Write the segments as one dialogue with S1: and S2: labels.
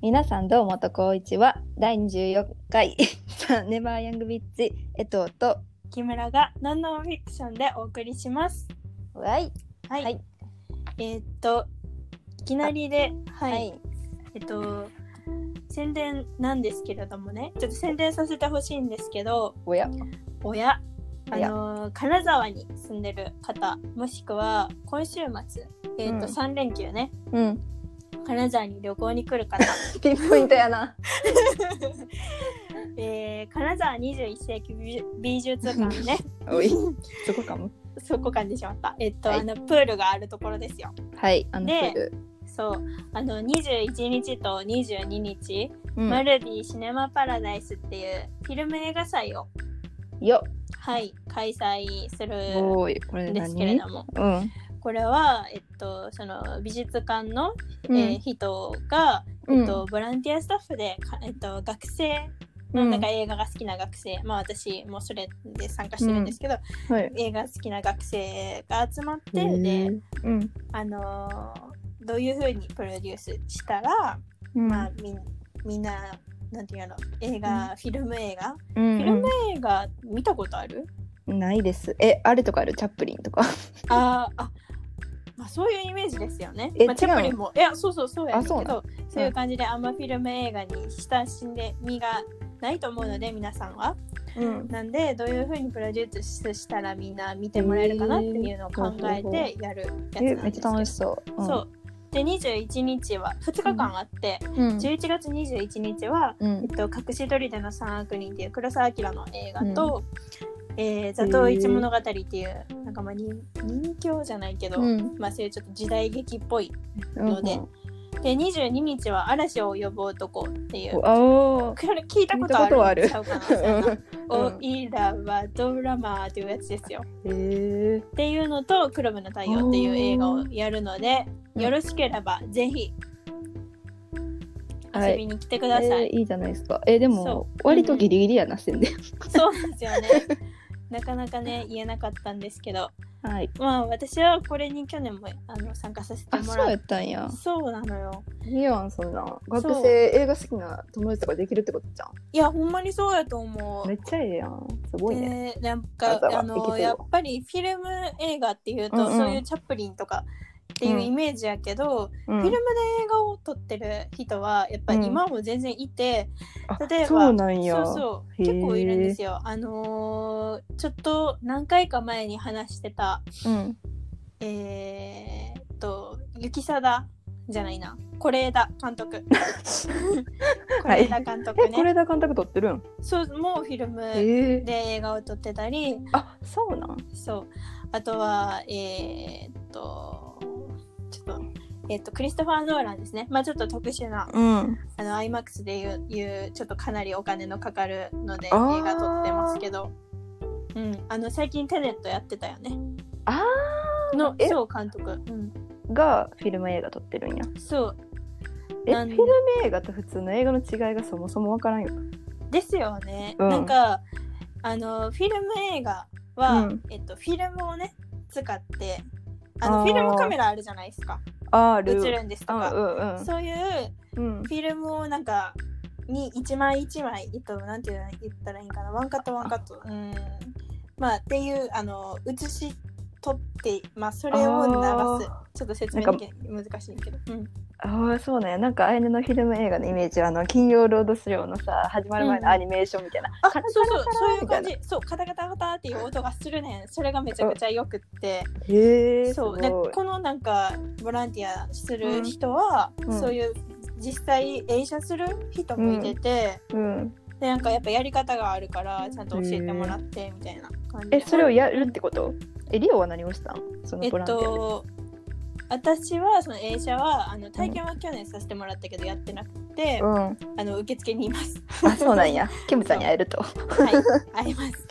S1: 皆さんどうもとこういちは第24回ザ・ネバーヤングビッチ江藤と
S2: 木村がノンノンフィクションでお送りします。
S1: はい
S2: はい。
S1: はい
S2: えーっと、いきなりで、はい、
S1: はい
S2: えっと、宣伝なんですけれどもね、ちょっと宣伝させてほしいんですけど、
S1: おや
S2: 親、あ
S1: おや
S2: のー金沢に住んでる方、もしくは今週末、えーっと、
S1: うん
S2: 3連休ね、
S1: うん
S2: 金沢に旅行に来る方、
S1: ピンポイントやな
S2: えー、金沢21世紀美術美術 館ね、
S1: おいそこかも
S2: そこ感じしまった。えっと、
S1: はい
S2: あの、プールがあるところですよ。
S1: はいあのプ
S2: で
S1: ール
S2: そうあの21日と22日、
S1: うん
S2: マルディシネマパラダイスっていうフィルム映画祭を、
S1: よ
S2: はい、開催する
S1: おーいこれ
S2: んです
S1: 何
S2: けれども
S1: うん
S2: これは、えっと、その美術館の、
S1: うん
S2: えー人が、
S1: うん
S2: えっと、ボランティアスタッフで、かえっと、学生
S1: う
S2: なんんか映画が好きな学生、まあ私もそれで参加してるんですけど、
S1: はい
S2: 映画好きな学生が集まって、
S1: へ
S2: で
S1: ーうん
S2: あのーどういう風にプロデュースしたら
S1: うん
S2: まあ、みんみんな、なんていうの、映画、フィルム映画、
S1: うん
S2: フィルム映画見たことある
S1: うんないですえあれとかあるチャップリンとか
S2: あーあ、まあ、そういうイメージですよね。
S1: え違う
S2: まあ、
S1: の
S2: チャップリンも、いや、そうそう、そうやねんけ
S1: あそうな
S2: ど、そういう感じで、あんまフィルム映画に親しんで身がないと思うので、皆さんは。
S1: うん
S2: なんで、どういうふうにプロデュースしたらみんな見てもらえるかなっていうのを考えてやるやつなん
S1: え
S2: です
S1: めっ
S2: け
S1: ちゃ
S2: ど。
S1: 楽しそううん
S2: そう。で、21日は、2日間あって、
S1: うん
S2: 11月21日は、
S1: うん
S2: えっと、隠し砦の三悪人っていう黒澤明の映画と、えー、座頭市物語っていう、なんかまあ人人侠じゃないけど、
S1: うん
S2: まあそういうちょっと時代劇っぽい。のでで、22日は嵐を呼ぶ男っていう。
S1: あおー
S2: これ聞いたことある
S1: 聞い
S2: ちゃ
S1: た
S2: うかな
S1: うん
S2: おいらはドラマーっていうやつですよ。
S1: へえ
S2: っていうのと、クラブの太陽っていう映画をやるので、
S1: うん
S2: よろしければぜひ
S1: はい
S2: 遊びに来てください
S1: え。ーいいじゃないですか。えーで
S2: そ
S1: も
S2: う
S1: 割とギリギリやな宣伝。
S2: そうなんですよね。なかなかね言えなかったんですけど、
S1: はい。
S2: まあ私はこれに去年もあの参加させて
S1: あ
S2: も
S1: そう
S2: ら
S1: や
S2: っ
S1: ったんや
S2: て。そうなのよ。
S1: いいやんそんな。
S2: そう
S1: 学生映画好きな友達とかできるってことじゃ
S2: いやほんまにそうやと思
S1: ん。め
S2: う。
S1: っちゃええやん。すごいね。
S2: でなん
S1: わ
S2: か
S1: ざわざ行
S2: あ
S1: けて
S2: の
S1: る
S2: やっぱりフィルム映画っていうと、
S1: うんうん
S2: そういうチャップリンとかっていうイメージやけど、
S1: うん
S2: フィルムで映画を撮ってる人はやっぱ
S1: うん
S2: 今も全然いて、
S1: あ
S2: 例えば
S1: そうなんや。
S2: そうそう
S1: へー
S2: 結構いるんですよ。あのーちょっと何回か前に話してた
S1: うん。
S2: えーっと、雪貞じゃないな、是枝 監督。是
S1: はい
S2: 枝監督
S1: え
S2: ね、
S1: これだ監督撮ってるん。
S2: そう、もうフィルムで
S1: ええ。
S2: 映画を撮ってたり、
S1: あそうなん。
S2: そう、あとは、えーっと、ちょっと、えーっと、クリストファー・ノーランですね。まあちょっと特殊な、
S1: うん。
S2: あの、IMAX でいう、いうちょっとかなりお金のかかるので、映
S1: あー
S2: 画撮ってますけど、うん、あの、最近テネットやってたよね。
S1: あ
S2: の、
S1: え
S2: そう、監督。うん。
S1: ーがフィルム映画撮ってるんや。
S2: そう、
S1: えフ
S2: な
S1: ィ
S2: ん
S1: ルム映画と普通の映画の違いがそもそもわからんよ。
S2: ですよね、
S1: うん
S2: なんかあのフィルム映画は、
S1: うん
S2: えっと、フィルムをね使ってあ
S1: あ
S2: の
S1: ー
S2: フィルムカメラあるじゃないですか
S1: あ
S2: 映
S1: る。
S2: るんですと
S1: あ
S2: か、
S1: うん
S2: そういう
S1: うん。うん
S2: フィルムをなんかに一枚一枚えっとなんていうの言ったらいいんかなワンカットワンカットうんまあっていうあの写し取ってまあそれを流す
S1: あ
S2: ちょっと説明できない難しいけど、うん、
S1: ああそうねなんかアイヌのフィルム映画のイメージはあの金曜ロードショーのさ始まる前のアニメーションみたいな、
S2: あ
S1: カラ
S2: そうそう
S1: カラカ
S2: そう
S1: ラ
S2: いう
S1: みたい
S2: 感
S1: な
S2: じそうカタカタカタっていう音がするねんそれがめちゃくちゃよくって
S1: へえ
S2: そうでこのなんかボランティアする人は、
S1: うん
S2: そういう実際映写する人もいてて、
S1: うん、
S2: でなんかやっぱやり方があるからちゃんと教えてもらってみたいな感じで
S1: えそれをやるってことえリオは何をしたんその
S2: えっ
S1: ボランティアで、
S2: と私はその映写はあの体験は去年させてもらったけどやってなくて、
S1: うん
S2: あの受付に います。
S1: あそうなんやキムちゃんに会えると
S2: はい、あります。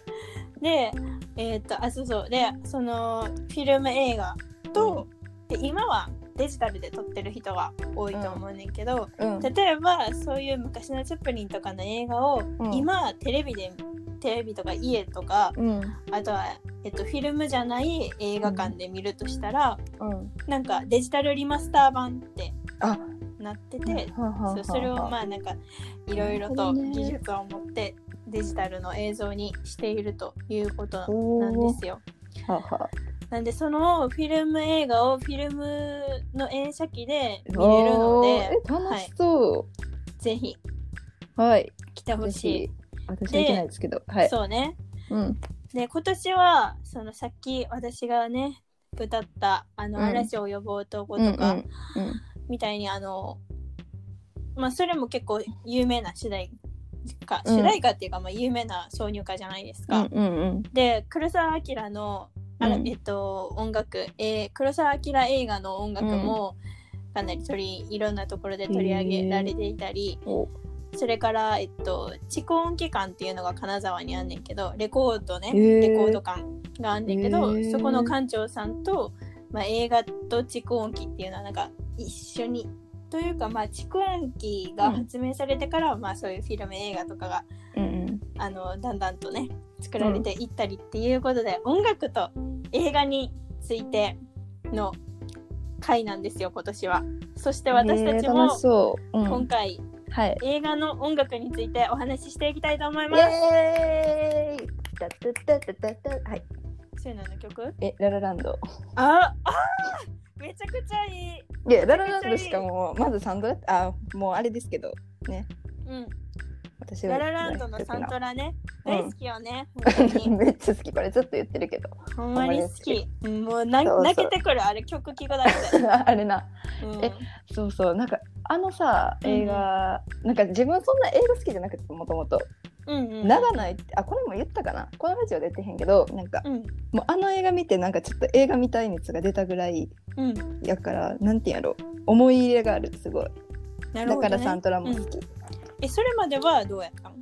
S2: で、えーっと、あ、そうそう、で、そのフィルム映画と、で今はデジタルで撮ってる人が多いと思うねんけど、
S1: うん
S2: 例えばそういう昔のチャップリンとかの映画を、
S1: うん
S2: 今テレビでテレビとか家とか
S1: うん
S2: あとは、えっと、フィルムじゃない映画館で見るとしたら、
S1: うん
S2: なんかデジタルリマスター版って
S1: あ
S2: なってて、
S1: はあはあはあ
S2: そうそれをまあなんかいろいろ
S1: なる
S2: と
S1: ほどね
S2: 技術を持ってデジタルの映像にしているということ
S1: おー
S2: なんですよ。
S1: はあはあ
S2: なんでそのフィルム映画をフィルムの映写機で見れるの
S1: おー
S2: で
S1: え楽しそ
S2: ぜひ
S1: うはい
S2: 来てほ
S1: ぜ
S2: しい
S1: ひ。私は行けないですけどはい
S2: そうね。
S1: うん
S2: で今年はそのさっき私がね歌ったあの
S1: うん
S2: 嵐を呼ぼうとこ
S1: うんう
S2: と
S1: ん
S2: か、
S1: うん
S2: みたいにあのまあそれも結構有名な主題歌、
S1: うん
S2: 主題歌っていうかまあ有名な挿入歌じゃないです
S1: う
S2: か。
S1: んうんうん
S2: で黒澤明のあら
S1: うん
S2: えっと音楽、えー黒澤明映画の音楽もかなり取りいろんなところで取り上げられていたり、
S1: お
S2: それから、えっと、蓄音機館っていうのが金沢にあんねんけどレコードね、
S1: へー
S2: レコード館があんねんけど、
S1: へー
S2: そこの館長さんと、まあ、映画と蓄音機っていうのはなんか一緒にというか、まあ、蓄音機が発明されてから、まあ、そういうフィルム映画とかが
S1: うん
S2: あのだんだんとね作られていったりっていうことで、音楽と映画についての回なんですよ今年は。そして私たち
S1: えー楽
S2: も
S1: しそう、う
S2: 今
S1: ん、
S2: 回
S1: はい
S2: 映画の音楽についてお話ししていきたいと思い
S1: イ
S2: ます。
S1: エーイタタタタタタはい
S2: せーのの曲
S1: えララランド
S2: ああーめちゃくちゃいい、
S1: いやララランドしかもまずサンドラあもうあれですけど
S2: うん、
S1: 私は
S2: ララランドのサントラね
S1: うん
S2: 大好きよね、本当 に
S1: めっちゃ好きこれずっと言ってるけど
S2: ほんまに好きもうな
S1: そうそう
S2: 泣けてくるあれ曲聴くだけで、
S1: あれな
S2: うん
S1: えそうそうなんかあのさ
S2: うん
S1: 映画、なんか自分そんな映画好きじゃなくてもともと
S2: うんうん、
S1: 長野いあこれも言ったかなこのラジオで言ってへんけどなんか
S2: うん
S1: もうあの映画見てなんかちょっと映画見たい熱が出たぐらい
S2: うん
S1: やからなんていうんやろ思い入れがあるすごい
S2: なる
S1: だ
S2: ほどね
S1: からサントラも好き、
S2: えそれまではどうやったの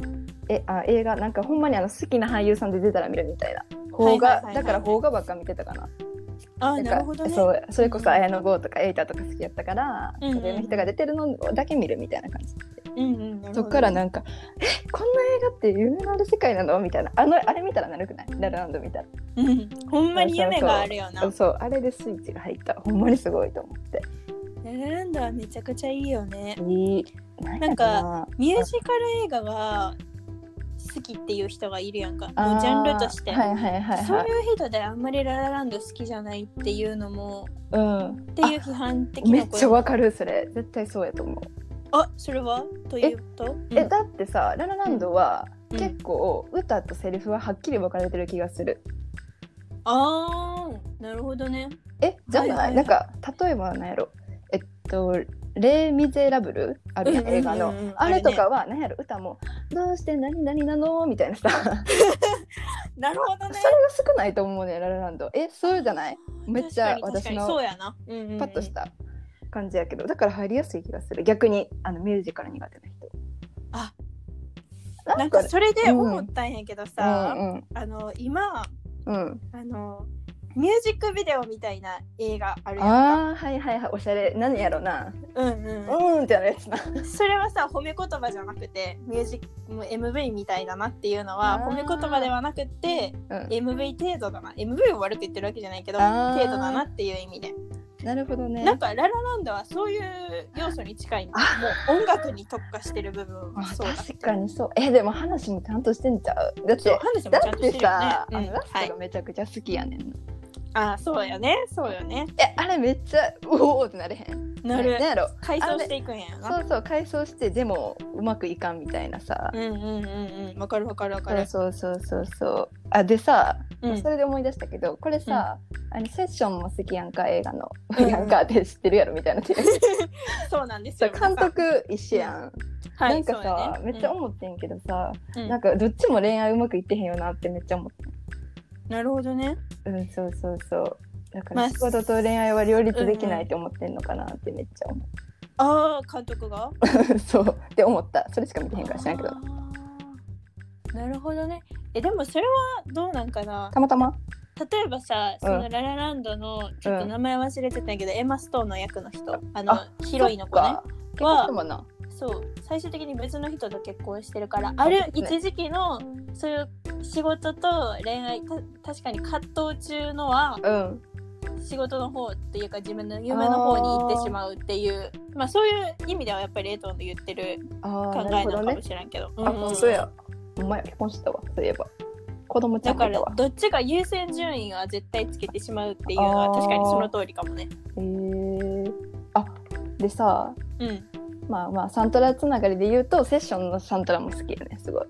S1: えあ映画なんかほんまにあの好きな俳優さんで出たら見るみたいな邦
S2: はい
S1: 画
S2: はいはいはい
S1: だから邦画ばっか見てたかな
S2: あ
S1: なん
S2: な
S1: か
S2: るほどね
S1: そうそれこ
S2: うん
S1: そ綾野剛とか瑛太とか好きやったから
S2: うんうんうん
S1: それの人が出てるのだけ見るみたいな感じ
S2: うんうんなるほどね
S1: そっからなんか「えこんな映画って夢のある世界なの?」みたいなあのあれ見たらなるくないララランド見た
S2: うんほんまに夢があるよな
S1: らそうあれでスイッチが入ったほんまにすごいと思って
S2: ララランドはめちゃくちゃいいよね
S1: いい
S2: なんか
S1: か
S2: ミュージカル映画が好きっていう人がいるやんか
S1: あー
S2: もうジャンルとして、
S1: はいはいはい
S2: そう
S1: はい
S2: いう人であんまりララランド好きじゃないっていうのも
S1: うん
S2: っていう批判的
S1: め
S2: な
S1: っちゃ
S2: 声
S1: わかるそれ絶対そうやと思う
S2: あそれはというと
S1: えだってさ「ララランド」は
S2: うん
S1: 結構歌とセリフははっきり分かれてる気がする。
S2: あーなるほどね
S1: えじゃない,、
S2: はいはいはい
S1: なんか例えばなんやろえっと「レイ・ミゼラブル」あるやん
S2: うんうんうん
S1: 映
S2: うん
S1: 画の、あれとかはなんやろ歌も「どうして何々なの?」みたい なさそれが
S2: なるほどね
S1: 少ないと思うねララランド。えそうじゃないめっちゃ
S2: 確かに確か
S1: 私
S2: に
S1: の
S2: そうやな、うんうんうん
S1: パッとした感じやけどだから入りやすい気がする逆にあのミュージカル苦手な人。
S2: あ
S1: な
S2: なんん
S1: か
S2: かそれで思ったんやけどさ、
S1: うんうん
S2: あの今
S1: うん、
S2: あのミュージックビデオみたいな映画あるやんか。
S1: ああはいはいはいおしゃれ何やろな
S2: うん
S1: う
S2: う、
S1: ーんってなるやつなん
S2: それはさ褒め言葉じゃなくてミュージックもう MV みたいだなっていうのは
S1: あー
S2: 褒め言葉ではなくて
S1: うん、
S2: MV 程度だな MV を悪く言ってるわけじゃないけど
S1: あー
S2: 程度だなっていう意味で、
S1: なるほどね。
S2: なんか「ララランド」はそういう要素に近いもう音楽に特化してる部分は
S1: あ
S2: そうだ
S1: 確かにそう。えでも話もちゃんとしてんちゃう。だって
S2: そう話も
S1: だ
S2: ちゃん
S1: っ
S2: としててるよね
S1: さ、、
S2: うん
S1: あのラス
S2: は
S1: ト
S2: い
S1: がめちゃくちゃ好きやねん。
S2: あーそうよねそうよね
S1: えあれめっちゃうおーってなれへん。
S2: なる
S1: なんやろ。
S2: 改装していくんやな
S1: そうそう改装してでもうまくいかんみたいなさ。
S2: うんうんうんうんわかるわかるわか
S1: そう
S2: る
S1: そうそうそうそう。あでさ、
S2: うん
S1: それで思い出したけどこれさ、あのセッションも好きやんか映画の、
S2: うん
S1: やんかって知ってるやろみたいな。
S2: そうなんです
S1: そ
S2: よ
S1: う監督一緒やん、
S2: はい
S1: なんかさ、
S2: そうやね
S1: めっちゃ思ってんけどさ、
S2: うん
S1: なんかどっちも恋愛うまくいってへんよなってめっちゃ思って
S2: なるほどね
S1: うん、そうそうそう。だか
S2: まあ
S1: ら仕事と恋愛は両立できないって思ってんのかなってめっちゃ思
S2: ああ監督が
S1: う。 そうって思った。それしか見てへんから知らんけど。
S2: あーなるほどねえでもそれはどうなんかな
S1: たまたま
S2: 例えばさ
S1: う
S2: そ
S1: ん
S2: のララランドのちょっと名前忘れてたんやけど、エマ・ストーンの役の人あの
S1: あ
S2: ヒロインの子ね。
S1: そっか結婚してもな。
S2: そう最終的に別の人と結婚してるからある一時期のそういう仕事と恋愛た確かに葛藤中のは
S1: うん。
S2: 仕事の方っていうか自分の夢の方に行ってしまうっていうまあそういう意味ではやっぱりレイトンの言ってる
S1: あ
S2: 考
S1: あ、
S2: え
S1: なる
S2: な
S1: ほど
S2: のかも
S1: ね。
S2: しれんけど、
S1: あ、
S2: うん
S1: そうや。お前結婚したわ、そういえば。子供ちゃ
S2: だ
S1: んが
S2: か
S1: いた
S2: ら
S1: わ。
S2: どっちか優先順位は絶対つけてしまうっていうのは
S1: あー
S2: 確かにその通りかもね
S1: えー、あでさ、
S2: うん
S1: まあまあ、サントラつながりで言うと、セッションのサントラも好きよね、すごい。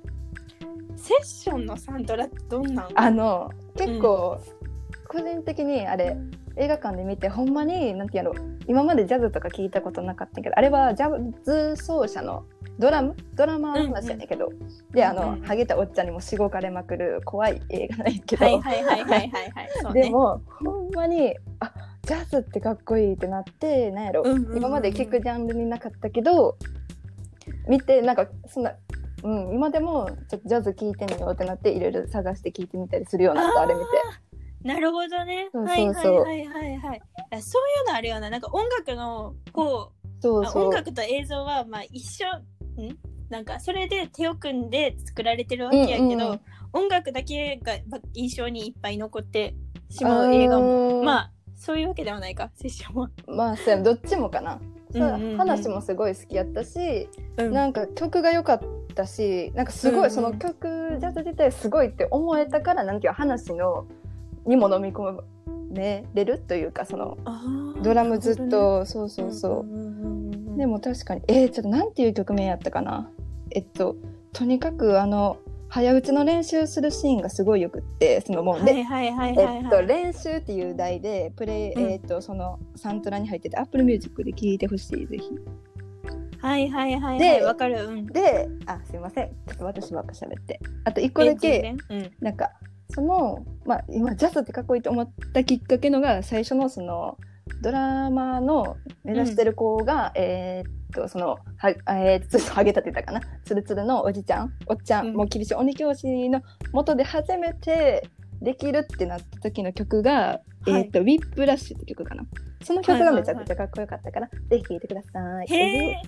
S2: セッションのサントラってどんなん
S1: あの、結構、個人的にあれ、映画館で見て、ほんまに、なんてやろう、今までジャズとか聞いたことなかったけど、あれはジャズ奏者のドラムドラマーの話やねんけど、で、あの、
S2: うん
S1: ハゲたおっちゃんにもしごかれまくる怖い映画ないけど、
S2: はいはいはい はいはいはいそうね
S1: でもほんまにあジャズってかっこいいってなってなんやろ、
S2: うんうんうんうん
S1: 今まで聞くジャンルになかったけど見てなんかそんな、うん、今でもちょっとジャズ聞いてみようってなっていろいろ探して聞いてみたりするようになったあれ見て
S2: なるほどね
S1: そう
S2: は
S1: そう
S2: いはい
S1: そう
S2: はいはいはいあそういうのあるよななんか音楽のこう
S1: そう
S2: あ
S1: そ
S2: 音
S1: う
S2: 楽と映像はまあ一緒んなんかそれで手を組んで作られてるわけやけど、
S1: うんうん
S2: 音楽だけがま印象にいっぱい残ってしまう映画も
S1: も
S2: ま
S1: あ
S2: あそういうわけではないかセッションは。
S1: まあそうやどっちもかな、そう
S2: うんうんうん
S1: 話もすごい好きやったし、
S2: うん
S1: なんか曲が良かったしなんかすごい、
S2: うんうん
S1: その曲ジャズ自体すごいって思えたからなんていうか話のにも飲み込めれるというかその
S2: あー
S1: ドラムずっと、
S2: なるほ
S1: そうそ
S2: どね
S1: うそう、
S2: んうんうんうん
S1: でも確かにえー、ちょっとなんていう曲名やったかなえっととにかくあの早打ちの練習するシーンがすごいよくってそのもう、
S2: は
S1: で
S2: いはいはいはいはい、
S1: えっと、練習っていう題でプレイ、
S2: うん
S1: えっとそのサントラに入ってて Apple Music で聴いてほしいぜひ
S2: はいはいはいは
S1: で
S2: いわかるうん
S1: であすいませんちょっと私ばっか喋ってあと一個だけ、
S2: 全然ね
S1: なんかその、まあ、今ジャズってかっこいいと思ったきっかけのが最初のそのドラマーの目指してる子が、えーっとそのは、えー、ちょっとハゲたって言ったかなつるつるのおじちゃんおっちゃん、
S2: うん
S1: もう厳しい鬼教師の元で初めてできるってなった時の曲が、
S2: はい
S1: えーっとウィップラッシュって曲かなその曲がめちゃくちゃかっこよかったから、ぜひ聴いてください
S2: うん、へえ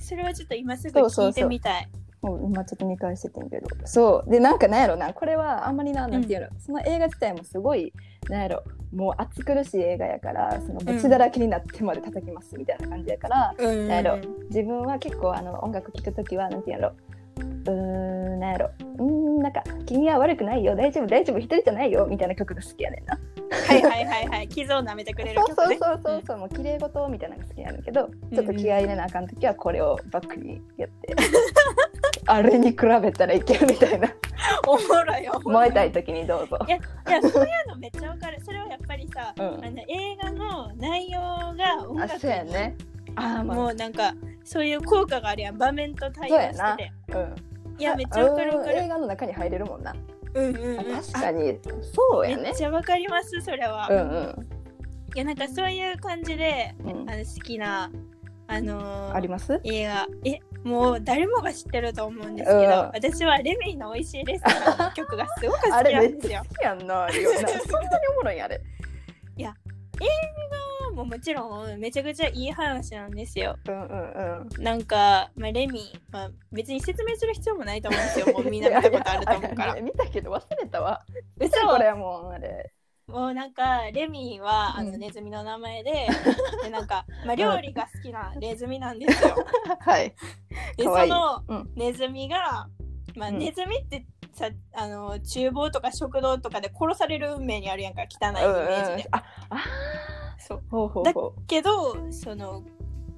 S2: それはちょっと今すぐ聞いてみたい
S1: もう今ちょっと見返しててんけどそうでなんかなんやろなこれはあんまりな
S2: うん
S1: なんていうの、その映画自体もすごいなんやろもう暑苦しい映画やからそのぶちだらけになってまで叩きますみたいな感じやから、
S2: うんうんうん
S1: なるほ自分は結構あの音楽聴く時はなんていうやろうーんなんやろうーんなんか「君は悪くないよ大丈夫大丈夫一人じゃないよ」みたいな曲が好きやねんな。
S2: はいはいはいはい傷を舐めてくれる
S1: そう
S2: 曲
S1: そう
S2: ね
S1: そうそうそうもう綺麗事みたいなのが好きやねんけどちょっと気合い入れなあかん時はこれをバックにやって、あれに比べたらいけるみたいな。
S2: おもろいよ
S1: 燃えたい時にどうぞ。
S2: いやいやそういうのめっちゃわかるそれはやっぱりさ、
S1: うん
S2: あの映画の内容が音
S1: あ、
S2: 楽
S1: そうや
S2: に、
S1: ね。あー、まあ、
S2: もうなんかそういう効果があるやん場面と対応
S1: そうや
S2: し
S1: な
S2: てて
S1: うん。
S2: いやめっちゃわかるわか
S1: うん映
S2: る
S1: 画の中に入れるもんな。
S2: うんうんう
S1: あ
S2: ん
S1: 確かに。そうや
S2: め
S1: ね
S2: っ。ちゃわかりますそれは、
S1: うん
S2: い
S1: うん
S2: やなんかそういう感じで
S1: うん。
S2: あの好きなあのー
S1: あります？
S2: 映画えもう誰もが知ってると思うんですけど、
S1: うん
S2: 私はレミの美味しいレストランの曲がすごく 好
S1: あ
S2: き
S1: れ
S2: な
S1: めっ
S2: んです
S1: ち
S2: よ
S1: ゃ好きやんな。あれ よなそんなにおもろいんやあれ。
S2: もうもちろんめちゃくちゃいい話なんですよ
S1: うんうんうん。
S2: なんか、まあ、レミ、まあ、別に説明する必要もないと思うんですよ。もうみんな見たことあると思うから
S1: いや。見たけど忘れたわ。
S2: 嘘
S1: これはもうあれ。
S2: もうなんか、レミはあ
S1: う
S2: の
S1: ん
S2: ネズミの名前 で、でなんか、まあ、料理が好きなネズミなんですよ。
S1: はい。
S2: で、
S1: かわ
S2: そ
S1: いい
S2: の
S1: うん
S2: ネズミが、まあ、
S1: うん
S2: ネズミってさ、あの、厨房とか食堂とかで殺される運命にあるやんか、汚いイメ
S1: うんうん
S2: ージで。
S1: ああ
S2: そう。
S1: ー。ほうほう
S2: だ
S1: ほ
S2: けど、その、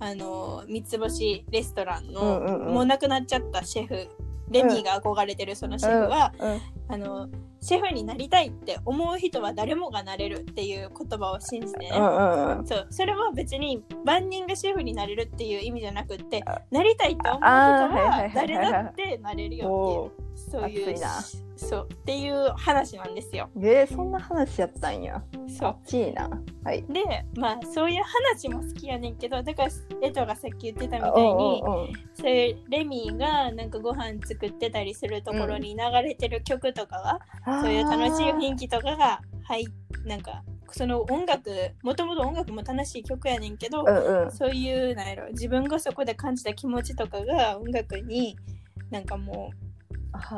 S2: あの、三つ星レストラン
S1: う。うん
S2: の、
S1: うん
S2: も
S1: う。
S2: うん亡くなっちゃったシェフ、レミが憧れてるそのシェフは、
S1: うん
S2: あのシェフになりたいって思う人は誰もがなれるっていう言葉を信じてね、
S1: うんうんうん。
S2: そうそれは別に万人がシェフになれるっていう意味じゃなくって
S1: あ
S2: なりたいと思う人
S1: あーはいはいはいは
S2: はい誰だってなれるよ
S1: お
S2: っていうそういう
S1: 熱いな
S2: そうっていう話なんですよ。
S1: お。えー、そんな話やったんや。
S2: そ
S1: あ
S2: う
S1: っちいな。はい。
S2: でまあそういう話も好きやねんけどだから江藤がさっき言ってたみたいに
S1: うんうんうん
S2: そういうレミがなんかご飯作ってたりするところに流れてる曲とかが、そういう楽しい雰囲気とかが入っなんかその音楽もともと音楽も楽しい曲やねんけど、
S1: うんうん。
S2: そういうなんやろ自分がそこで感じた気持ちとかが音楽になんかもう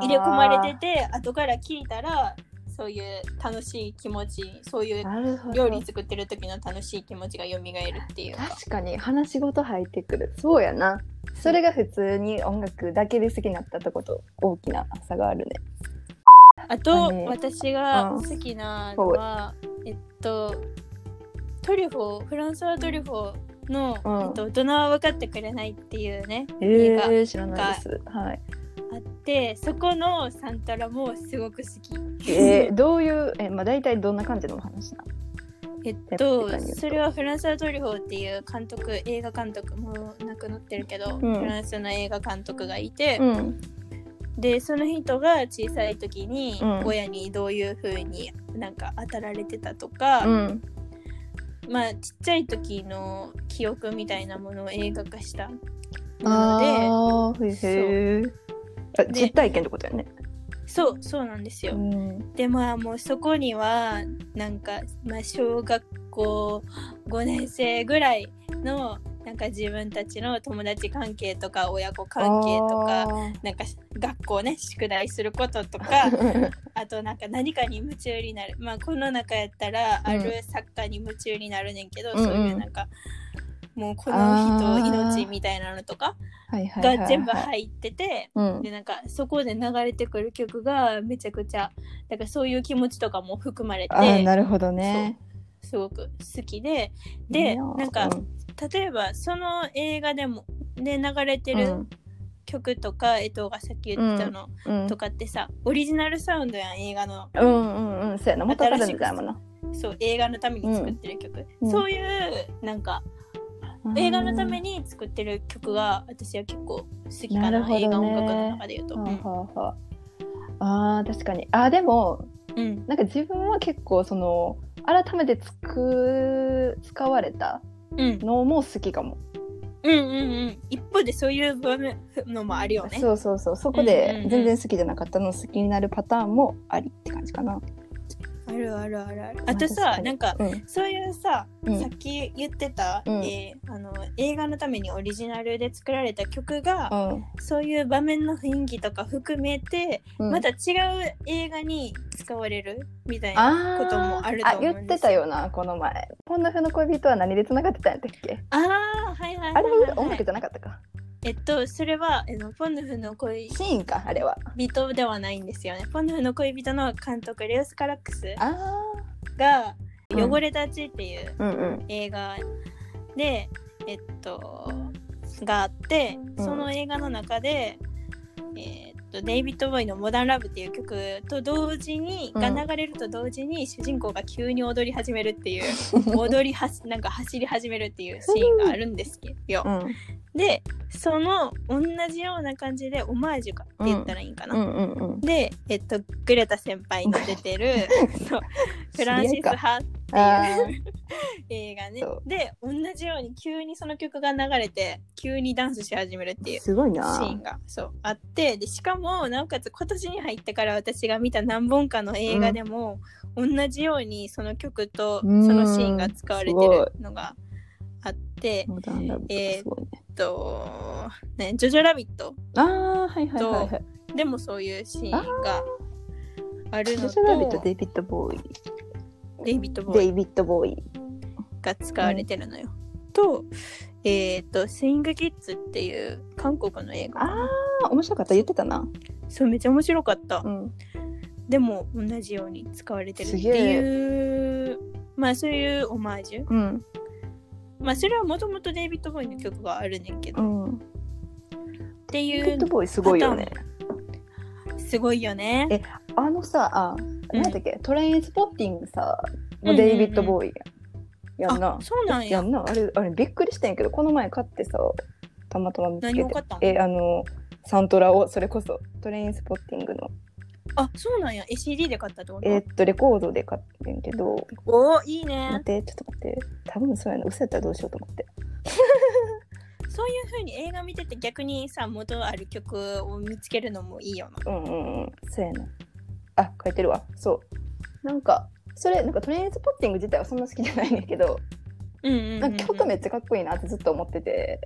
S2: 入れ込まれてて後から聴いたらそそういう楽しい気持ちそういう
S1: なるほど
S2: 料理作ってる時の楽しい気持ちが蘇るっていうか
S1: 確かに話し事入ってくるそうやなそれが普通に音楽だけで好きになったとこと大きな差があるね
S2: あ
S1: あの
S2: と私が
S1: うん
S2: 好きなのはえっとトリュフォーフランスはトリュフォーの、
S1: うん
S2: えっと、大人は分かってくれないっていうね映
S1: え
S2: 画
S1: ー、知らないですはい
S2: あってそこのサントラもすごく好き
S1: えー、 どういうえまあ大体どんな感じのお話な
S2: えっ
S1: やっ
S2: と
S1: てたんやと
S2: それはフランスア・トリュフォーっていう監督映画監督もう亡くなってるけ
S1: う
S2: ど、
S1: ん
S2: フランスの映画監督がいて、
S1: のうん
S2: でその人が小さい時に
S1: うん
S2: 親にどういう風になんか当たられてたとか、
S1: うん
S2: まあちっちゃい時の記憶みたいなものを映画化したもの
S1: あーへーあ
S2: で
S1: 実体験ってことやね
S2: でそうそうなんですよ。
S1: ん
S2: でまあもうそこにはなんか、まあ、小学校5年生ぐらいのなんか自分たちの友達関係とか親子関係とかなんか学校ね宿題することと
S1: あ
S2: か
S1: ー
S2: あとなんか何かに夢中になるまあこの中やったらある作家に夢中になるねんけど、
S1: うんうん
S2: そういうなんかもうこの人命みたいなのとか
S1: はいはいはいはい
S2: が全部入ってて。
S1: うん
S2: でなんかそこで流れてくる曲がめちゃくちゃだからそういう気持ちとかも含まれ
S1: あー
S2: て
S1: なるほどね
S2: すごく好きで
S1: い
S2: で
S1: いよ
S2: なんか
S1: うん
S2: 例えばその映画でもで流れて
S1: う
S2: る
S1: ん
S2: 曲とか、江藤がさっき言ってたの
S1: うん
S2: とかってさオリジナルサウンドやん映画の
S1: うんうんうんそうやな元からみたいなもんな
S2: そう映画のために作ってる曲、
S1: うん
S2: そういうなんか映画のために作ってる曲が私は結構好きか
S1: な
S2: な
S1: るほどね
S2: 映画音楽の中で言うと。
S1: はあはあはああー確かにあーでも
S2: うんうん
S1: なんか自分は結構その改めてつく使われた
S2: うん
S1: のも好きかも、
S2: うんうんうん一方でそういう場面のもあるよね
S1: そうそうそうそこ
S2: うんうん
S1: で
S2: うん
S1: 全然好きじゃなかったの好きになるパターンもありって感じかな、
S2: あるあるあるある
S1: あ
S2: あと
S1: 確か
S2: さ
S1: に
S2: なんか
S1: うん、
S2: そういうさ、
S1: うん
S2: さっき言ってた、
S1: うん
S2: えーあの映画のためにオリジナルで作られた曲が、
S1: うん
S2: そういう場面の雰囲気とか含めて、
S1: うん
S2: また違う映画に使われるみたいな
S1: あ
S2: こともあると思うんですよ
S1: あ言ってたよなこの前「こんな風の恋人」は何で繋がってたんやったっけ
S2: ああはいはい
S1: あ
S2: は
S1: れ
S2: い
S1: は
S2: はい、
S1: 音楽じゃなかったか
S2: えっとそれはあのポンヌフの恋
S1: シーンかあれは
S2: 人ではないんですよねポンヌフの恋人の監督レオス・カラックス
S1: あ
S2: が「
S1: うん
S2: 汚れたち」っていう
S1: あうんうん
S2: 映画でえっとがあって
S1: うん
S2: その映画の中で、えっとデイビッド・ボーイの「モダン・ラブ」っていう曲と同時に、
S1: うん
S2: が流れると同時に主人公が急に踊り始めるっ ていう踊りはしなんか走り始めるっていうシーンがあるんですけど、
S1: うん
S2: でその同じような感じでオマージュかって言ったらいいんかな、
S1: うんうんうん
S2: で、えっと、グレタ先輩の 出てるそうフランシス・ハー
S1: あ
S2: 映画ね
S1: そう
S2: で同じように急にその曲が流れて急にダンスし始めるってい
S1: ー
S2: うシ
S1: すごいな
S2: ーンがそうあってでしかもなおかつ今年に入ってから私が見た何本かの映画でも、同じようにその曲とそ
S1: うん
S2: のシーンが使われてるのがあって、
S1: モダンラブとかすごいね、
S2: えっとね「ジョジョラビット
S1: ああはいはいはいはい」
S2: でもそういうシーンがある
S1: ジョ
S2: の
S1: ジョラビット
S2: と
S1: デイビッド・ボーイ
S2: デイビッド・ボーイ
S1: デイビッド・ボーイ
S2: が使われてるのよ。と、えっ、と、スイングキッズっていう韓国の映画かな。
S1: あ面白かった言ってたな、
S2: そう、めっちゃ面白かった。
S1: ん、
S2: でも、同じように使われてるって
S1: すげ
S2: いう、まあそういうオマージュ。
S1: うん
S2: まあそれはもともとデイビッド・ボーイの曲があるねんけど、
S1: う
S2: っ
S1: ん
S2: て
S1: デイ
S2: い
S1: ビッ
S2: う
S1: ド・、ボーイすごいよね
S2: すごいよね。
S1: えあのさあ
S2: うん
S1: 何だっけ、トレインスポッティングさもううんデイビッド・ボーイやん,、やん
S2: あ
S1: な、
S2: そうなん
S1: や
S2: や。
S1: んなあれあれびっくりしたんやけどこの前買ってさたまたま見つけ
S2: 何
S1: て
S2: を買ったの
S1: えあのサントラをそれこそトレインスポッティングの
S2: あ、そうなんや。え CD で買ったってこと
S1: えーっとレコードで買ってんけど、
S2: おーいい
S1: 待っ
S2: ね。
S1: てちょっと待って多分そうやな嘘やったらどうしようと思って
S2: そういう風に映画見てて逆にさ、元ある曲を見つけるのもいいよな。
S1: うんうんうんそうやなあ書いてるわそうなんかそれなんかトレインスポッティング自体はそんな好きじゃないねんだけど、
S2: うんうんうんうん、
S1: なんか曲めっちゃかっこいいなってずっと思ってて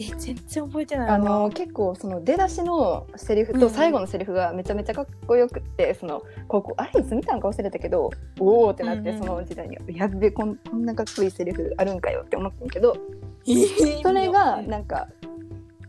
S2: え全然覚えてない
S1: あの結構その出だしのセリフ
S2: うんう
S1: と
S2: ん
S1: 最後のセリフがめちゃめちゃかっこよくって、そのここあれいつ見たんか忘れたけどおおってなって、
S2: うんうん
S1: その時代にやっべこんこんなかっこいいセリフあるんかよって思ったんけどそれがなんか、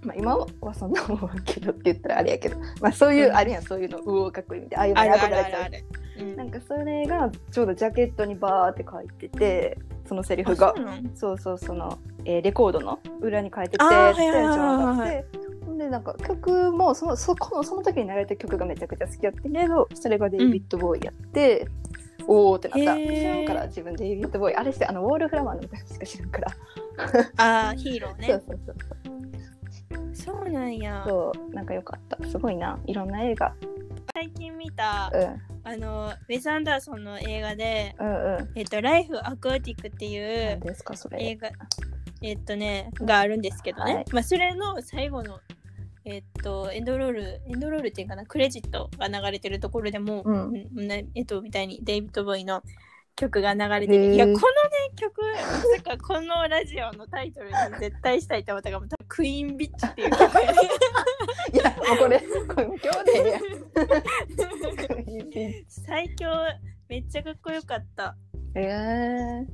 S1: まあ、今はそんな思うけどって言ったらあれやけど、まあ、そういう、
S2: うん
S1: あるやんそういうのうおーかっこいいみたいなああいうの
S2: あ
S1: に
S2: る
S1: 憧
S2: あるあ
S1: れち
S2: る
S1: ゃ
S2: あ
S1: う
S2: る、うん
S1: なんかそれがちょうどジャケットにバーって書いててそのセリフが
S2: あそうなん
S1: そうそうその、えーレコードの裏に変えててテ
S2: あ
S1: ン
S2: ー
S1: ショ
S2: はいはいはい
S1: ン上がっ
S2: はいは
S1: てほんでなんか曲もそのそこのその時に流れた曲がめちゃくちゃ好きやってんけどそれがデイビッド・ボーイやって、おおってなった
S2: へー
S1: 知らんから自分デイビッド・ボーイあれしてあのウォールフラワーの歌しか知らんから、
S2: あーヒーロー
S1: そ
S2: ね
S1: うそうそう
S2: そうなんや
S1: そうなんかよかったすごいないろんな映画、
S2: 最近見た
S1: うん、
S2: あのウェス・アンダーソンの映画で
S1: うんうん
S2: 「えっと、ライフ・アクアティック」ってい
S1: 何
S2: う
S1: ですかそ
S2: 映
S1: れ
S2: 画えっとねがあるんですけどね、
S1: はい
S2: まあ、それの最後のえっとエンドロールエンドロールっていうかなクレジットが流れてるところでも、
S1: うん
S2: んねえっとみたいにデイビッド・ボーイの曲が流れて
S1: へ
S2: る
S1: ー
S2: いやこのね曲まさかこのラジオのタイトルに絶対したいと思ったからもう多分クイーン・ビッチ」っていう曲やね
S1: いやもうこれこれもう今日でええやん
S2: 最強めっちゃかっこよかった
S1: えー、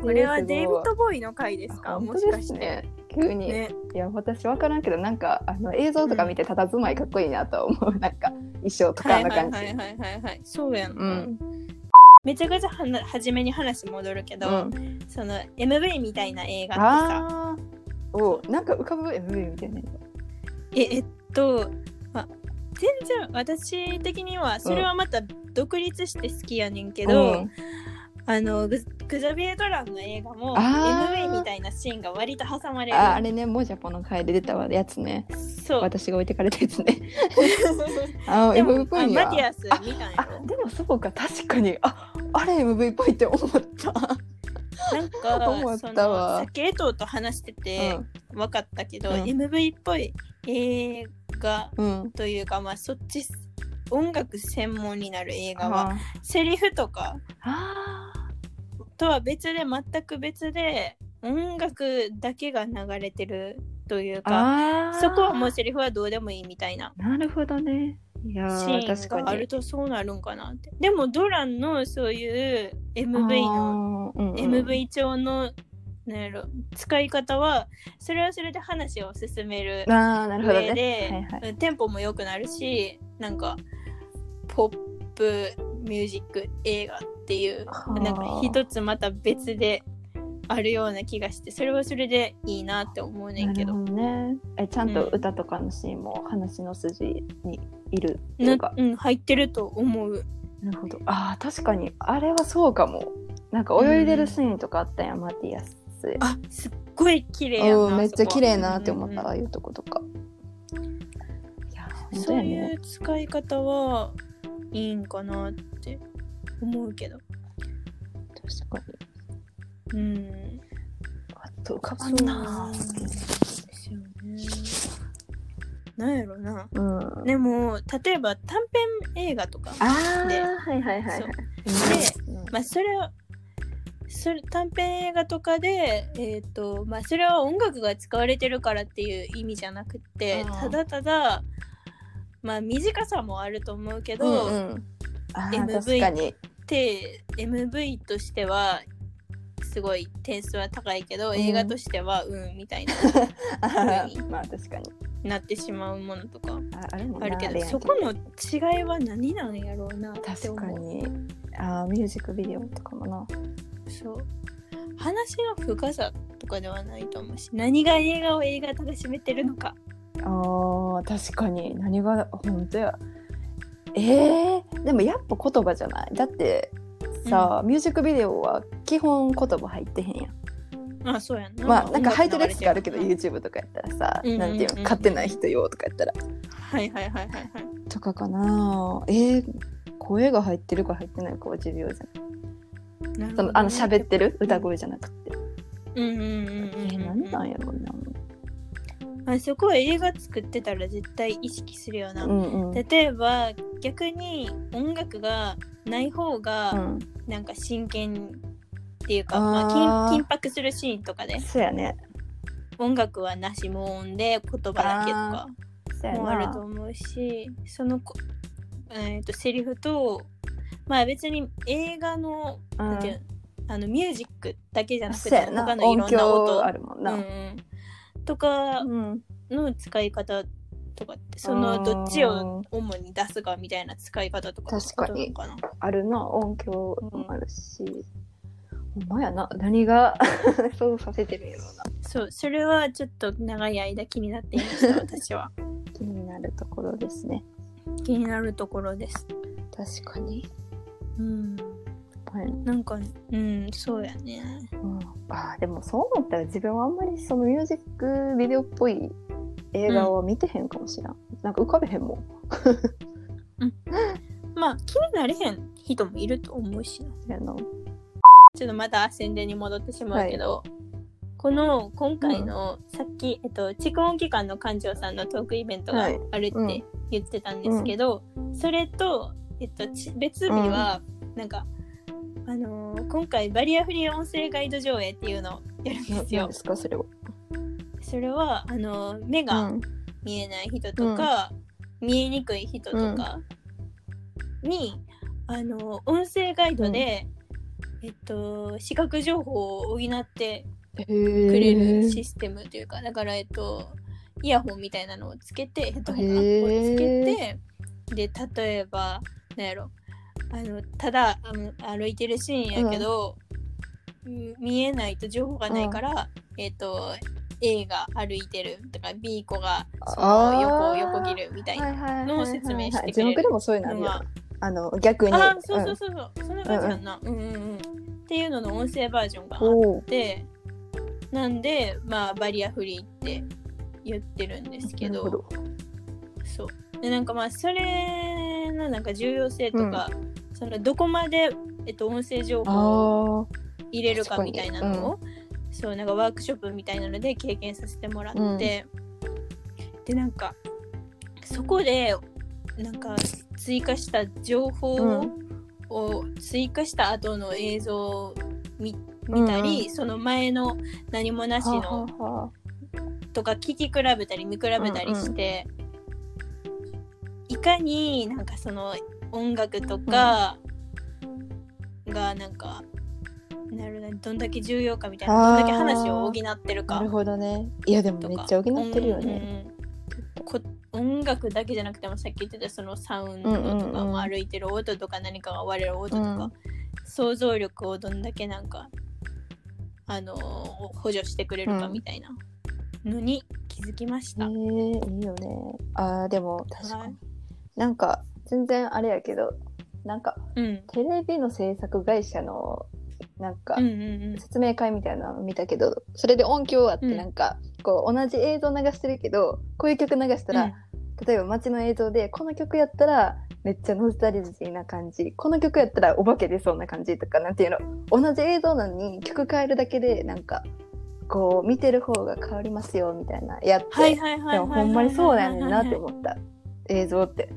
S2: これ
S1: えー
S2: は
S1: すごい
S2: デイビッド・ボーイの回ですか
S1: あ
S2: も
S1: 本
S2: し
S1: 当
S2: か
S1: で
S2: し
S1: す
S2: て
S1: ね急に、
S2: ね
S1: いや私分からんけどなんかあの映像とか見て佇まいかっこいいなと思う、なんか衣装とか
S2: は
S1: あ
S2: い
S1: の
S2: はい
S1: 感じ、
S2: はいはいはいはいそうやん
S1: う
S2: な、
S1: ん
S2: めちゃくちゃはな初めに話戻るけ
S1: う
S2: ど、
S1: ん
S2: その MV みたいな映画ってさ
S1: あーおうなんか浮かぶ MV みたいな
S2: ええっと、まあ、全然私的にはそれはまた独立して好きやねんけど、
S1: うん
S2: あのググザビエ・ドランの映画も
S1: あー
S2: MV みたいなシーンが割と挟まれる
S1: ああれねモジャポの回で出たやつね
S2: そう
S1: 私が置いてかれたやつね あ
S2: でも
S1: MV っぽ
S2: あ
S1: いに
S2: マ
S1: は
S2: ティアス見たんや
S1: あ
S2: ろ
S1: でもそうか確かにああれ MV っぽいって思った、
S2: なん か
S1: 思っ
S2: そ
S1: たわ
S2: の酒江藤と話してて分かったけど、
S1: うん
S2: MV っぽい映画
S1: うんうん
S2: というかまあそっち音楽専門になる映画は
S1: あ
S2: セリフとか
S1: あ
S2: とは別で全く別で音楽だけが流れてるというか
S1: あー
S2: そこはもうセリフはどうでもいいみたいな
S1: なるほどねいや
S2: シ
S1: ー
S2: ーン
S1: 確
S2: が
S1: か
S2: あ
S1: に
S2: るとそうなるんかなってでもドランのそういう MV の
S1: の、うんうん
S2: MV 調のなんやろ使い方はそれはそれで話を進める
S1: ああなるほどね。
S2: 上で、
S1: はいは
S2: テンポも良くなるしなんかポップミュージック映画っていう
S1: はあ
S2: なんか一つまた別であるような気がしてそれはそれでいいなって思うね
S1: なんる
S2: け
S1: ほ
S2: ど
S1: どね。えちゃんと歌とかのシーンも話の筋にいるっていう
S2: な
S1: か。
S2: うん入ってると思う
S1: なるほど。ああ確かにあれはそうかも。なんか泳いでるシーンとかあったやん、マティアス。
S2: あすっごい綺麗や
S1: うん
S2: な
S1: めっちゃ
S2: そこは
S1: 綺麗なって思った、
S2: うん
S1: ああいうとことか。いやー本当
S2: そ
S1: や
S2: うい
S1: ね。
S2: う使い方はいいんかなって思うけど
S1: 確かに。
S2: うん
S1: あと浮かば
S2: そ
S1: ん
S2: う
S1: な
S2: なん。ですよねなんやろな
S1: うん。あ
S2: でも例えば短編映画とか
S1: あ
S2: で
S1: ーはいはいはいはい。うん
S2: まあそれをそれ短編映画とかで、えーとまあ、それは音楽が使われてるからっていう意味じゃなくって、
S1: うん
S2: ただただ、まあ、短さもあると思うけど、
S1: うんうん。ああ確
S2: MV
S1: かに。
S2: で MV としてはすごい点数は高いけど、
S1: ん
S2: 映画としてはうんみたいな
S1: あー まあ確かに。
S2: なってしまうものとか
S1: ああるもんな
S2: あるけ
S1: れ
S2: ど
S1: やん
S2: そこの違いは何なんやろうなって
S1: 確
S2: 思う
S1: かにあーミュージックビデオとかもな
S2: そう話の深さとかではないと思うし何が映画を映画としてめてるのか
S1: あー確かに何が本当やえー、でもやっぱ言葉じゃないだってさ、ミュージックビデオは基本言葉入ってへんやん、
S2: あそうやんな
S1: まあなんか入ってるやつがあるけど
S2: うん
S1: YouTube とかやったらさ、
S2: うんうんうん
S1: なんていうの買ってない人用とかやったら
S2: はいはいはいはいはい
S1: とかかなえー、声が入ってるか入ってないかは重要じゃん、
S2: なるほ
S1: そ
S2: どね
S1: のあの喋ってる歌声じゃなくて、
S2: うんうんうん
S1: えー、
S2: うん
S1: 何なんやろうな
S2: あそこは映画作ってたら絶対意識するよな、
S1: うんうん
S2: 例えば逆に音楽がない方
S1: う
S2: が
S1: ん
S2: なんか真剣っていうか、
S1: あー
S2: まあ、緊緊迫するシーンとかで
S1: そうやね
S2: 音楽はなし無音で言葉だけとか
S1: そうや
S2: もあると
S1: な
S2: 思うしそのこ、えー、とセリフとまあ別に映画の,、
S1: うん
S2: なんていうのあのミュージックだけじゃなく
S1: そう
S2: て
S1: やな
S2: 他のい
S1: 音
S2: ろんな
S1: 響
S2: 音
S1: あるもんな、
S2: うんうんとか
S1: うん
S2: の使い方とかってそのどっちを主に出すかみたいな使い方とか
S1: 確かに
S2: ってことなのか
S1: あるな音響
S2: うん
S1: もあるし、ほんまやな何が そうさせてるんやろうな
S2: なそうそれはちょっと長い間気になっていました 私は
S1: 気になるところですね
S2: 気になるところです
S1: 確かに、
S2: うん
S1: はい
S2: なんかうんそうやね
S1: うん、あーでもそう思ったら自分はあんまりそのミュージックビデオっぽい映画は見てへんかもしれん、なんか浮かべへんもん
S2: まあ気になれへん人もいると思うしな
S1: あの
S2: ちょっとまた宣伝に戻ってしまうけど、この今回の、さっき、えっと、蓄音機関の館長さんのトークイベントが
S1: はい
S2: あるっ
S1: う
S2: て
S1: ん
S2: 言ってたんですけど、それと、えっと、ち別日はなんか、あのー今回バリアフリー音声ガイド上映っていうのをやる
S1: な
S2: んです
S1: なん
S2: よ
S1: で。すかそれは、
S2: それはあのー目
S1: う
S2: が
S1: ん、
S2: 見えない人とか、見えにくい人とかに、あの音声ガイドで、えっと視覚情報を補って
S1: く
S2: くれる
S1: し
S2: システムというか、だからえっとイヤホンみたいなのをつけてヘッドホン
S1: へ
S2: のア
S1: ー
S2: ップをつけてで例えばなんやろあのただあの歩いてるシーンやけど、み見えないと情報がないから、えっと A が歩いてるとか B 子がその横を
S1: あー
S2: 横切るみたいなのを説明してくれる
S1: 字幕でもそういうのある
S2: の
S1: よ、
S2: が
S1: あの逆に
S2: あーそうそうそうそう、そんな感じかな、うんうんうん、っていうのの音声バージョンがあ
S1: うん
S2: っ
S1: おー
S2: てなんでまあバリアフリーって言ってるんですけ
S1: なるほ
S2: ど
S1: ど
S2: そうでなんかまあそれのなんか重要性とか、そのどこまで、えっと、音声情報を
S1: あ
S2: 入れるかみたいなのを、そうなんかワークショップみたいなので経験させてもらって、
S1: うん
S2: でなんかそこでなんか追加した情報
S1: う
S2: を追加した後の映像を見見たり、その前の何もな
S1: あ
S2: しの
S1: は
S2: とか聞き比べたり見比べたりして、いかになんかその音楽とかがなんか、なるほどねどんだけ重要かみたいなど
S1: あ
S2: ん
S1: ー
S2: だけ話を補ってる
S1: な
S2: か
S1: るほどねいやでも
S2: と
S1: めっ
S2: か
S1: ちゃ補ってるよね、
S2: うんこ音楽だけじゃなくてもさっき言ってたそのサウンドとか、
S1: うんうんうん
S2: まあ歩いてる音とか何かが割れる音と
S1: う
S2: か
S1: ん、
S2: 想像力をどんだけなんかあのー補助してくれるか
S1: うん
S2: みたいなのに気づきました。
S1: えー、いいよねあーでも確かに、
S2: はい
S1: なんか全然あれやけどなんか
S2: うん
S1: テレビの制作会社のなんか
S2: うんうん
S1: 説明会みたいなの見たけど、それで音響あって
S2: うん
S1: なんか、こう同じ映像流してるけどこういう曲流したら、例えば街の映像でこの曲やったらめっちゃノスタルジーな感じこの曲やったらお化け出そうな感じとかなんていうの同じ映像なのに曲変えるだけでなんかこう見てる方が変わりますよみたいなやって、
S2: はいはいはいは
S1: で
S2: いはいは
S1: も
S2: い。
S1: ほんまにそうやねんなって思った映像って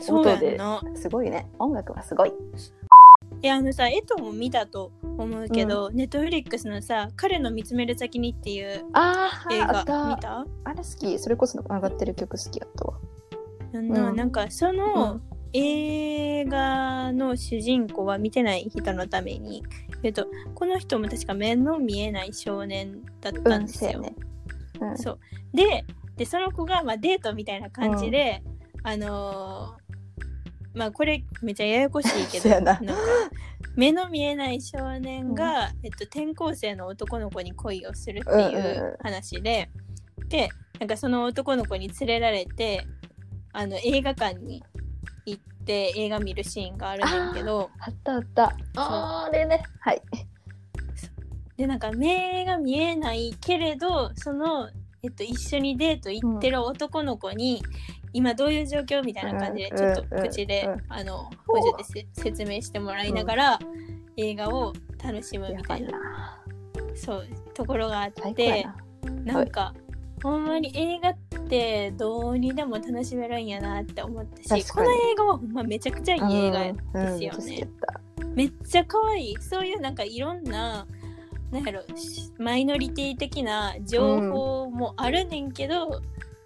S2: そうやんな。
S1: すごいね音楽はすごい。
S2: いやあのさ絵とも見たと思うけど、ネットフリックスのさ「彼の見つめる先に」っていう
S1: あ
S2: 映
S1: ーあ
S2: 画
S1: った
S2: 見た
S1: あれ好きそれこそ上がってる曲好きやったわ。
S2: あの
S1: うん
S2: なんかその、
S1: うん
S2: 映画の主人公は見てない人のために言うとこの人も確か目の見えない少年だったんです
S1: せや
S2: よ。
S1: ね。うん
S2: そうででその子が、まあ、デートみたいな感じで、あのーまあこれめっちゃややこしいけ
S1: そ
S2: ど
S1: やなん
S2: か目の見えない少年が、えっと、転校生の男の子に恋をするってい
S1: んうんう
S2: う話で、でなんかその男の子に連れられてあの映画館に行って映画見るシーンがあるんだけど
S1: あったあった。あーあれね。はい。
S2: でなんか目が見えないけれどその、えっと、一緒にデート行ってる男の子に、今どういう状況みたいな感じで
S1: うん
S2: ちょっと
S1: うん
S2: 口で、
S1: うん
S2: あの補助でせ説明してもらいながら、映画を楽しむ
S1: や
S2: みた
S1: ば
S2: い
S1: い
S2: な
S1: な。
S2: そうところがあっ
S1: 最高
S2: て
S1: やな。
S2: なんか、ほんまに映画ってどうにでも楽しめるんやなって思ったし
S1: 確か
S2: この
S1: に
S2: 映画はほんまめちゃくちゃいい映画
S1: う
S2: や
S1: ん
S2: で
S1: う
S2: すよね
S1: ん好きやった
S2: めっちゃ可愛いそういうなんかいろんななんやろしマイノリティ的な情報もあるねんけど、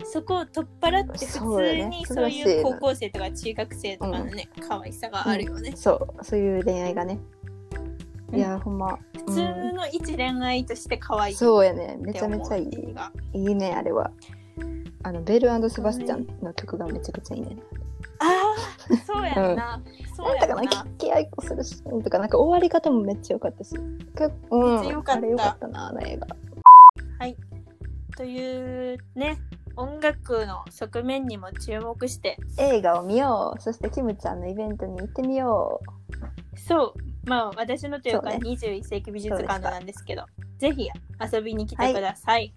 S2: そこを取っ払って普
S1: そう
S2: 通
S1: やね
S2: に
S1: 素
S2: そう
S1: 晴らし
S2: い
S1: いうな
S2: 高校生とか中学生とかのね、可愛さがあるよね、
S1: そうそういう恋愛がねいやほんま
S2: 普通の一恋愛として可愛い
S1: そうやねめ
S2: って
S1: ちゃ
S2: 思う
S1: めちゃいい
S2: 映画
S1: いいねあれはあのベルセバスチャンの曲がめちゃくちゃいいね
S2: ああそうやんな、そう
S1: なん
S2: や
S1: だか
S2: ん
S1: な
S2: な
S1: キッキアイコするシーンとかなんか終わり方もめっちゃ良かったし結構、う
S2: めっちゃ良か
S1: ん、あ
S2: った
S1: れ良かったなあの映画
S2: というね音楽の側面にも注目して
S1: 映画を見ようそしてキムちゃんのイベントに行ってみよう
S2: そうまあ私のというか
S1: そうね
S2: 21世紀美術館のなんですけどぜひ遊びに来てください、